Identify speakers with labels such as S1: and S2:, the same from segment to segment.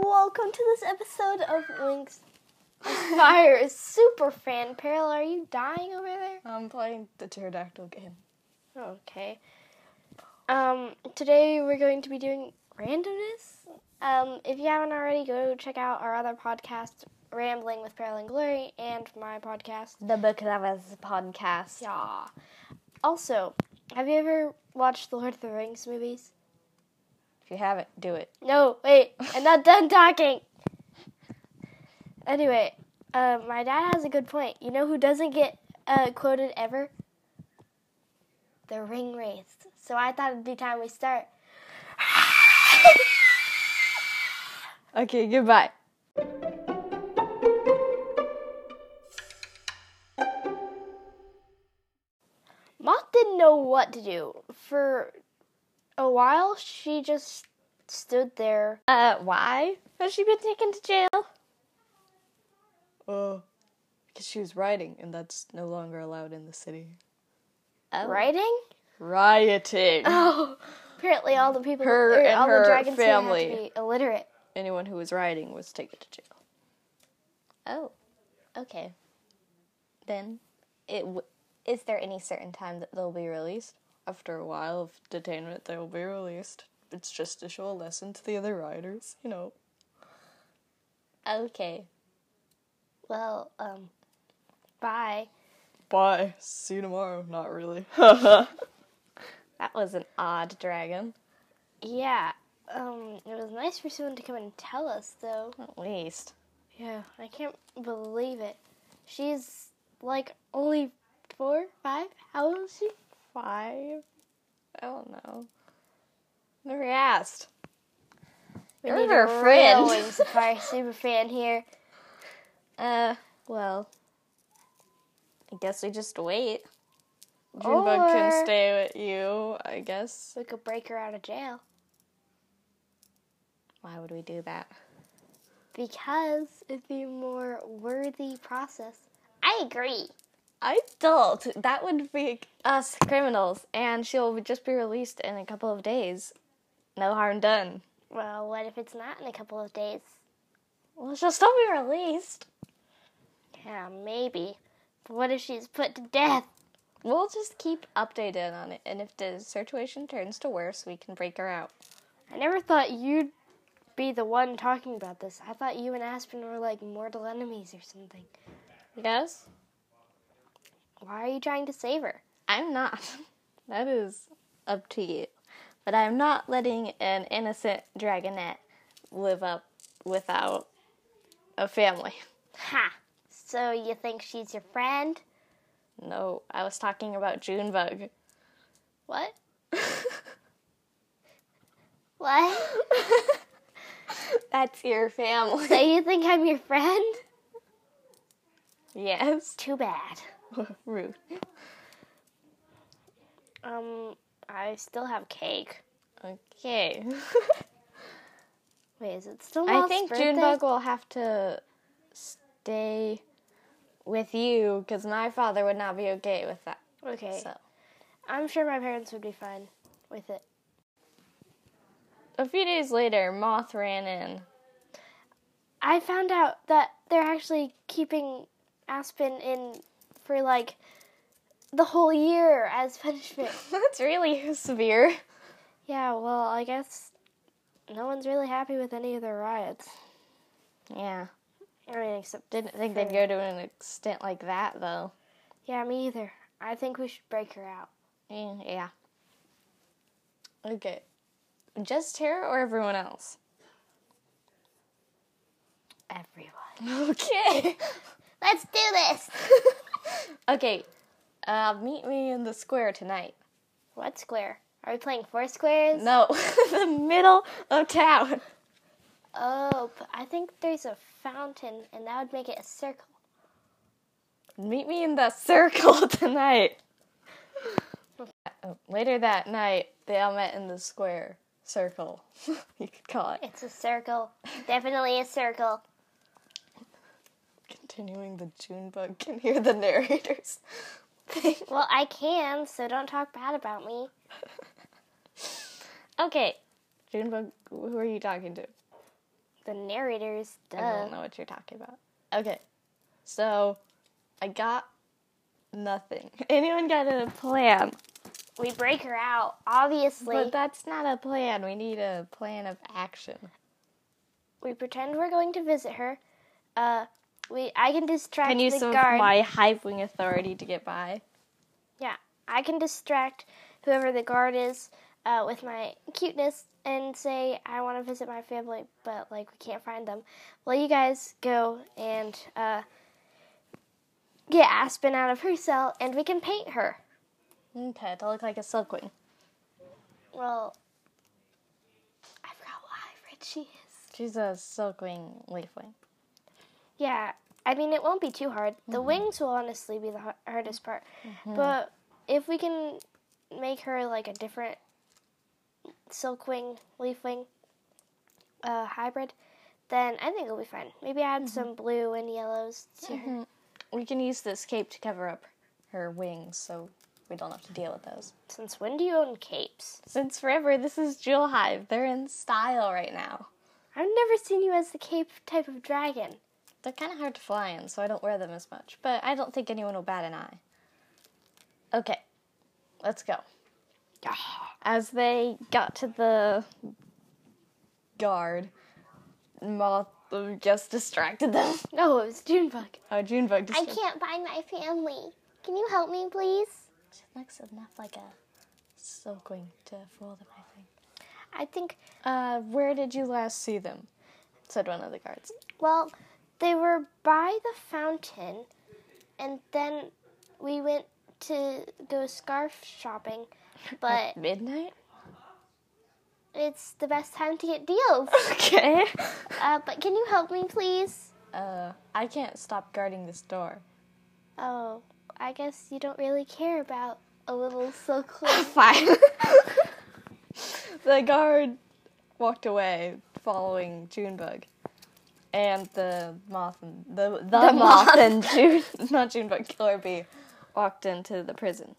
S1: to this episode of Link's Fire Super Fan. Peril, are you dying over there?
S2: I'm playing the pterodactyl game.
S1: Okay. Um, today we're going to be doing randomness. Um, if you haven't already, go check out our other podcast, Rambling with Peril and Glory, and my podcast.
S3: The Book Lovers podcast.
S1: Yeah. Also, have you ever watched the Lord of the Rings movies?
S2: If you haven't, do it.
S1: No, wait, I'm not done talking. Anyway, uh, my dad has a good point. You know who doesn't get uh, quoted ever? The ring raised. So I thought it'd be time we start.
S2: Okay, goodbye.
S1: Moth didn't know what to do. For a while, she just stood there.
S3: Uh, why has she been taken to jail?
S2: Oh, because she was rioting, and that's no longer allowed in the city.
S3: Oh.
S1: Uh, Writing?
S2: Rioting.
S3: Ah.
S1: Oh, apparently all the people,
S2: Her
S1: or
S2: and
S1: all
S2: her
S1: the dragons here have to
S2: family.
S1: be illiterate.
S2: Anyone who was rioting was taken to jail.
S3: Oh, okay. Then, it w- is there any certain time that they'll be released?
S2: After a while of detainment, they will be released. It's just to show a lesson to the other rioters, you know.
S3: Okay.
S1: Well, um, bye.
S2: Bye. See you tomorrow. Not really.
S3: That was an odd dragon.
S1: Yeah. Um, it was nice for someone to come and tell us, though.
S3: At least.
S1: Yeah, I can't believe it. She's like only four, five. How old is she?
S2: Five? I don't know. Never asked.
S1: We
S3: You're
S1: need
S3: her
S1: a real
S3: friend.
S1: Wings of Fire super fan here.
S3: Uh, well. I guess we just wait.
S2: Junebug can
S1: Or-
S2: stay with you, I guess.
S1: We could break her out of jail
S3: Why would we do that?
S1: because it'd be a more worthy process. I agree.
S3: I don't. That would be us criminals, and she'll just be released in a couple of days. No harm done.
S1: Well, what if it's not in a couple of days?
S3: Well, she'll still be released.
S1: Yeah, maybe. But what if she's put to death?
S3: We'll just keep updated on it, and if the situation turns to worse, we can break her out.
S1: I never thought you'd be the one talking about this. I thought you and Aspen were like mortal enemies or something.
S3: Yes?
S1: Why are you trying to save her?
S3: I'm not. That is up to you. But I'm not letting an innocent dragonette live up without a family.
S1: Ha! So you think she's your friend?
S3: No, I was talking about Junebug.
S1: What? What?
S3: That's your family.
S1: so you think I'm your friend?
S3: Yes.
S1: Too bad.
S2: Rude.
S1: Um, I still have cake.
S3: Okay.
S1: Wait, is it still
S3: I
S1: Moth's
S3: think
S1: birthday?
S3: Junebug will have to stay with you because my father would not be okay with that.
S1: Okay,
S3: So,
S1: I'm sure my parents would be fine with it.
S3: a few days later, Moth ran in.
S1: I found out that they're actually keeping Aspen in for like the whole year as punishment.
S3: That's really severe.
S1: yeah, well, I guess no one's really happy with any of the riots.
S3: Yeah.
S1: I mean, except
S3: Didn't think they'd go to an extent like that, though.
S1: yeah, me either. I think we should break her out.
S3: Mm, Yeah. Okay. Just her or everyone else?
S1: Everyone,
S3: Okay.
S1: let's do this.
S3: okay. Uh, meet me in the square tonight.
S1: What square? Are we playing four squares?
S3: No, the middle of town.
S1: Oh, but I think there's a fountain, and that would make it a circle.
S3: Meet me in the circle tonight. Oh, Later that night, they all met in the square circle. you could call it.
S1: It's a circle. Definitely a circle.
S2: Continuing the Junebug can hear the narrators.
S1: Well, I can, so don't talk bad about me.
S3: Okay. Junebug, who are you talking to?
S1: the narrators. Duh.
S3: I
S2: Uh,
S3: don't know what you're talking about. Okay, so I got nothing.
S2: Anyone got a plan?
S1: We break her out, obviously.
S3: But that's not a plan. We need a plan of action.
S1: we pretend we're going to visit her. Uh, we I can distract
S2: Can you
S1: the
S2: use some of
S1: guard.
S2: my hive wing authority to get by?
S1: yeah, I can distract whoever the guard is uh, with my cuteness and say I want to visit my family, but like we can't find them. Well, you guys go and uh, get Aspen out of her cell, and we can paint her.
S2: Okay, to look like a silkworm.
S1: Well, I forgot what high red she is.
S2: She's a silkworm leafling.
S1: Yeah, I mean, it won't be too hard. The wings will honestly be the har- hardest part. But if we can make her like a different silk wing, leaf wing uh, hybrid, then I think it'll be fine. Maybe add some blue and yellows to her.
S2: We can use this cape to cover up her wings so we don't have to deal with those.
S1: Since when do you own capes?
S2: Since forever, this is Jewel Hive. They're in style right now.
S1: I've never seen you as the cape type of dragon.
S2: They're kind of hard to fly in, so I don't wear them as much, but I don't think anyone will bat an eye. Okay, let's go. As they got to the
S3: Guard. Moth uh, just distracted them.
S1: No, it was Junebug.
S3: Oh, Junebug
S4: I
S3: distracted
S4: can't find my family. Can you help me, please?
S2: She looks enough like a silkwing to fool them, I think.
S1: I think
S3: Uh, where did you last see them? Said one of the guards.
S1: Well, they were by the fountain, and then we went to go scarf shopping, but
S3: Midnight?
S1: it's the best time to get deals.
S3: Okay.
S1: Uh, but can you help me, please?
S3: Uh, I can't stop guarding this door.
S1: Oh, I guess you don't really care about a little so close.
S3: Fine. the guard walked away following Junebug. And the moth and the the, moth, and June not Junebug, Killer Bee walked into the prison.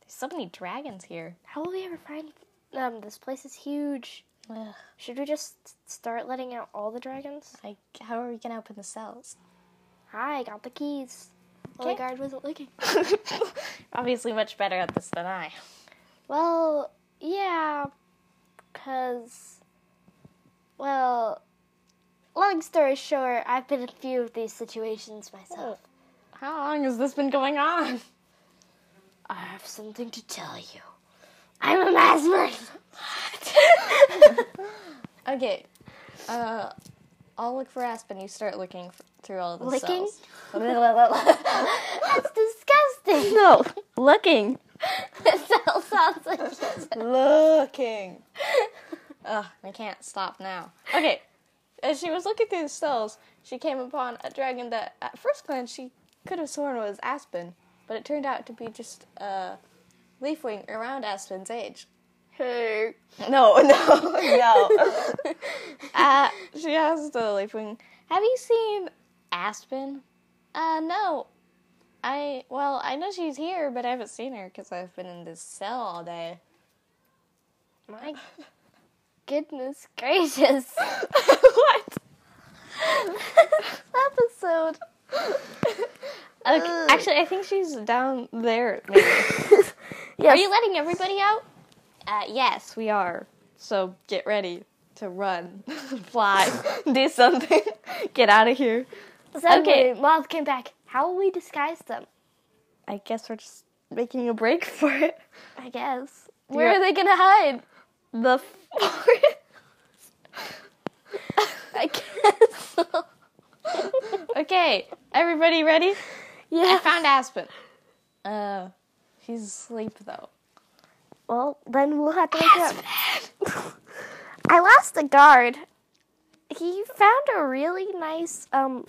S3: There's so many dragons here.
S1: How will we ever find them? This place is huge.
S2: Ugh,
S1: Should we just start letting out all the dragons?
S2: I, how are we gonna open the cells?
S1: I got the keys. Well, the
S2: Okay.
S1: guard wasn't looking.
S2: Obviously, much better at this than I.
S1: Well, yeah, because, well, long story short, I've been in a few of these situations myself.
S2: How long has this been going on?
S1: I have something to tell you. I'm a mass murderer.
S2: Okay, uh, I'll look for Aspen. You start looking f- through all the
S1: Licking?
S2: cells. no,
S1: That's disgusting.
S2: looking.
S1: That sounds like
S3: Looking.
S2: Ugh, I can't stop now.
S3: Okay. As she was looking through the cells, she came upon a dragon that at first glance she could have sworn was Aspen, but it turned out to be just a leafwing around Aspen's age.
S1: her.
S3: No, no, no. uh, she asked the leafwing,
S2: Have you seen Aspen? Uh, no. I, well, I know she's here, but I haven't seen her because I've been in this cell all day.
S1: My goodness gracious.
S3: "What?"
S1: Episode.
S2: Okay, actually, I think she's down there. Maybe. Are you letting everybody out? Uh, yes, we are.
S3: So get ready to run, fly, do something, get out of here.
S1: Suddenly, Moth came back. How will we disguise them?
S3: I guess we're just making a break for it.
S1: I guess.
S3: Where are they gonna hide? The forest.
S1: I guess.
S3: Okay, everybody ready?
S1: yeah.
S3: Found Aspen. Uh, she's asleep though.
S1: Well, then we'll have to wake up. I lost the guard. He found a really nice, um,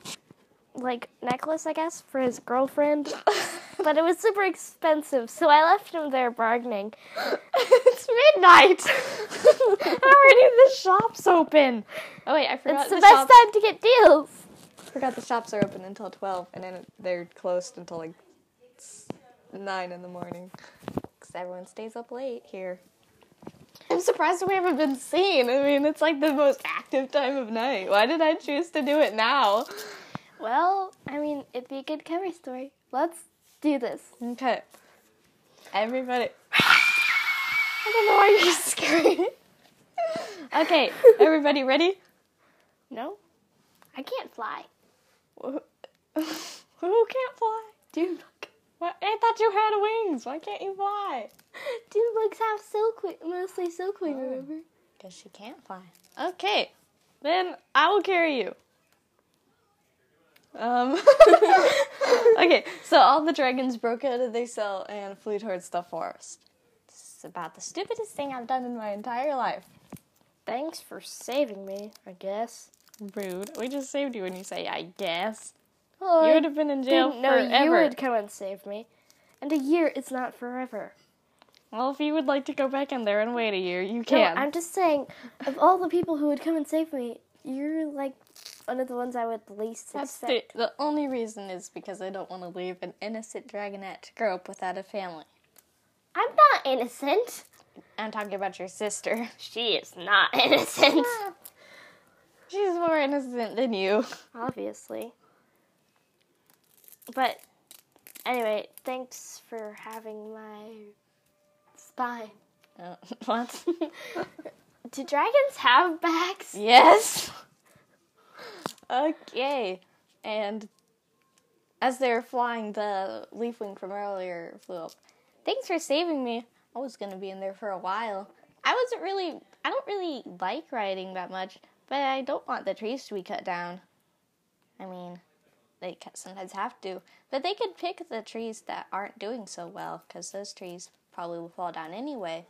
S1: like necklace, I guess, for his girlfriend, but it was super expensive, so I left him there bargaining.
S3: it's midnight. How are any of the shops open? Oh wait, I forgot
S1: It's the
S3: the,
S1: best
S3: shops.
S1: time to get deals.
S3: Forgot the shops are open until twelve, and then they're closed until like s- nine in the morning. Because everyone stays up late here.
S1: I'm
S3: surprised we haven't been seen. I mean, it's like the most active time of night. Why did I choose to do it now?
S1: Well, I mean, it'd be a good cover story. Let's do this.
S3: Okay. Everybody.
S1: I don't know why you're screaming.
S3: Okay, everybody ready?
S1: No, I can't fly.
S3: Who who can't fly?
S1: Dude,
S3: What? I thought you had wings. Why can't you fly?
S1: dude, bugs have silk, wi- mostly silk
S3: Oh.
S1: wing. Remember?
S2: Because she can't fly.
S3: Okay, then I will carry you. Um. okay, so all the dragons broke out of their cell and flew towards the forest. This is about the stupidest thing I've done in my entire life.
S1: Thanks for saving me. I guess.
S3: Rude. We just saved you when you say, I guess.
S1: Oh,
S3: you would have been in jail
S1: didn't know you
S3: forever.
S1: would come and save me. And a year is not forever.
S3: Well, if you would like to go back in there and wait a year, you
S1: No,
S3: can.
S1: I'm just saying, of all the people who would come and save me, you're like one of the ones I would least
S3: That's
S1: expect.
S3: the, the only reason is because I don't want to leave an innocent dragonette to grow up without a family.
S4: I'm not innocent.
S3: I'm talking about your sister.
S1: She is not innocent.
S3: She's more innocent than you.
S1: Obviously. But anyway, thanks for having my spine.
S3: Oh, what?
S1: Do dragons have backs?
S3: yes. Okay. And as they were flying, the leaf wing from earlier flew up. Thanks for saving me. I was gonna be in there for a while. I wasn't really. I don't really like riding that much, but I don't want the trees to be cut down. I mean, they ca- sometimes have to, but they could pick the trees that aren't doing so well, because those trees probably will fall down anyway.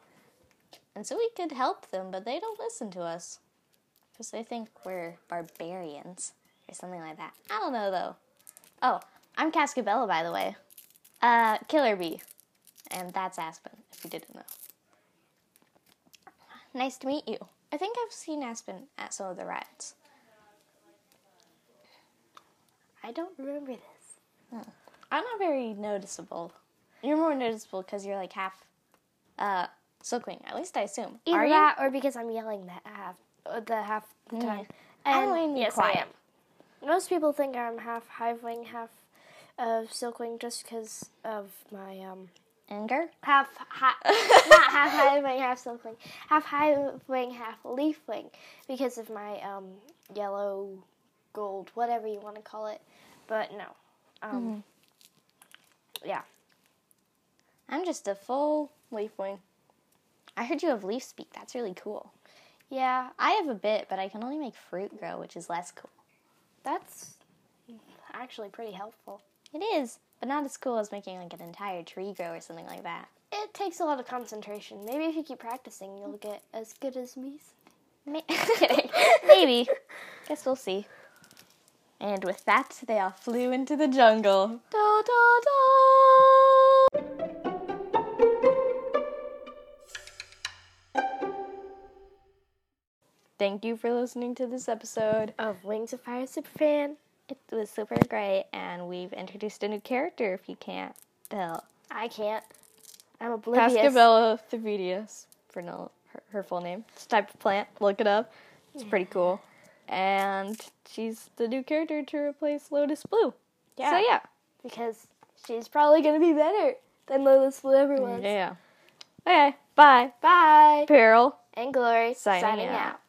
S3: And so we could help them, but they don't listen to us. Because they think we're barbarians or something like that. I don't know though. Oh, I'm Cascabella, by the way. Uh, Killer Bee. And that's Aspen, if you didn't know. Nice to meet you. I think I've seen Aspen at some of the rides.
S1: I don't remember this.
S3: I'm not very noticeable. You're more noticeable because you're like half, uh, Silk Wing, at least I assume.
S1: Either
S3: Are you?
S1: that or because I'm yelling that half uh, the half the time. And
S3: only
S1: yes,
S3: quiet.
S1: Oh, I am. Most people think I'm half hive wing, half of silk wing, just because of my um
S3: Anger?
S1: half hi- not half hive wing, half silk wing, half hive wing, half leaf wing, because of my um yellow, gold, whatever you want to call it. But no, um, yeah,
S3: I'm just a full leaf wing. I heard you have leaf speak. That's really cool.
S1: yeah,
S3: I have a bit, but I can only make fruit grow, which is less cool.
S1: that's actually pretty helpful.
S3: It is, but not as cool as making like an entire tree grow or something like that.
S1: It takes a lot of concentration. Maybe if you keep practicing, you'll get as good as me.
S3: May- Kidding. Maybe. Guess we'll see. And with that, they all flew into the jungle. Da, da, da. Thank you for listening to this episode.
S1: Of Wings of Fire Superfan.
S3: It was super great, and we've introduced a new character if you can't tell.
S1: I can't. I'm oblivious.
S3: Cascabella Thebedius, for no, her, her full name. It's a type of plant. Look it up. It's pretty cool. And she's the new character to replace Lotus Blue. Yeah. So yeah.
S1: Because she's probably going to be better than Lotus Blue ever was.
S3: Yeah. Okay. Bye.
S1: Bye.
S3: Peril.
S1: And Glory
S3: Signing
S1: signing
S3: out.
S1: out.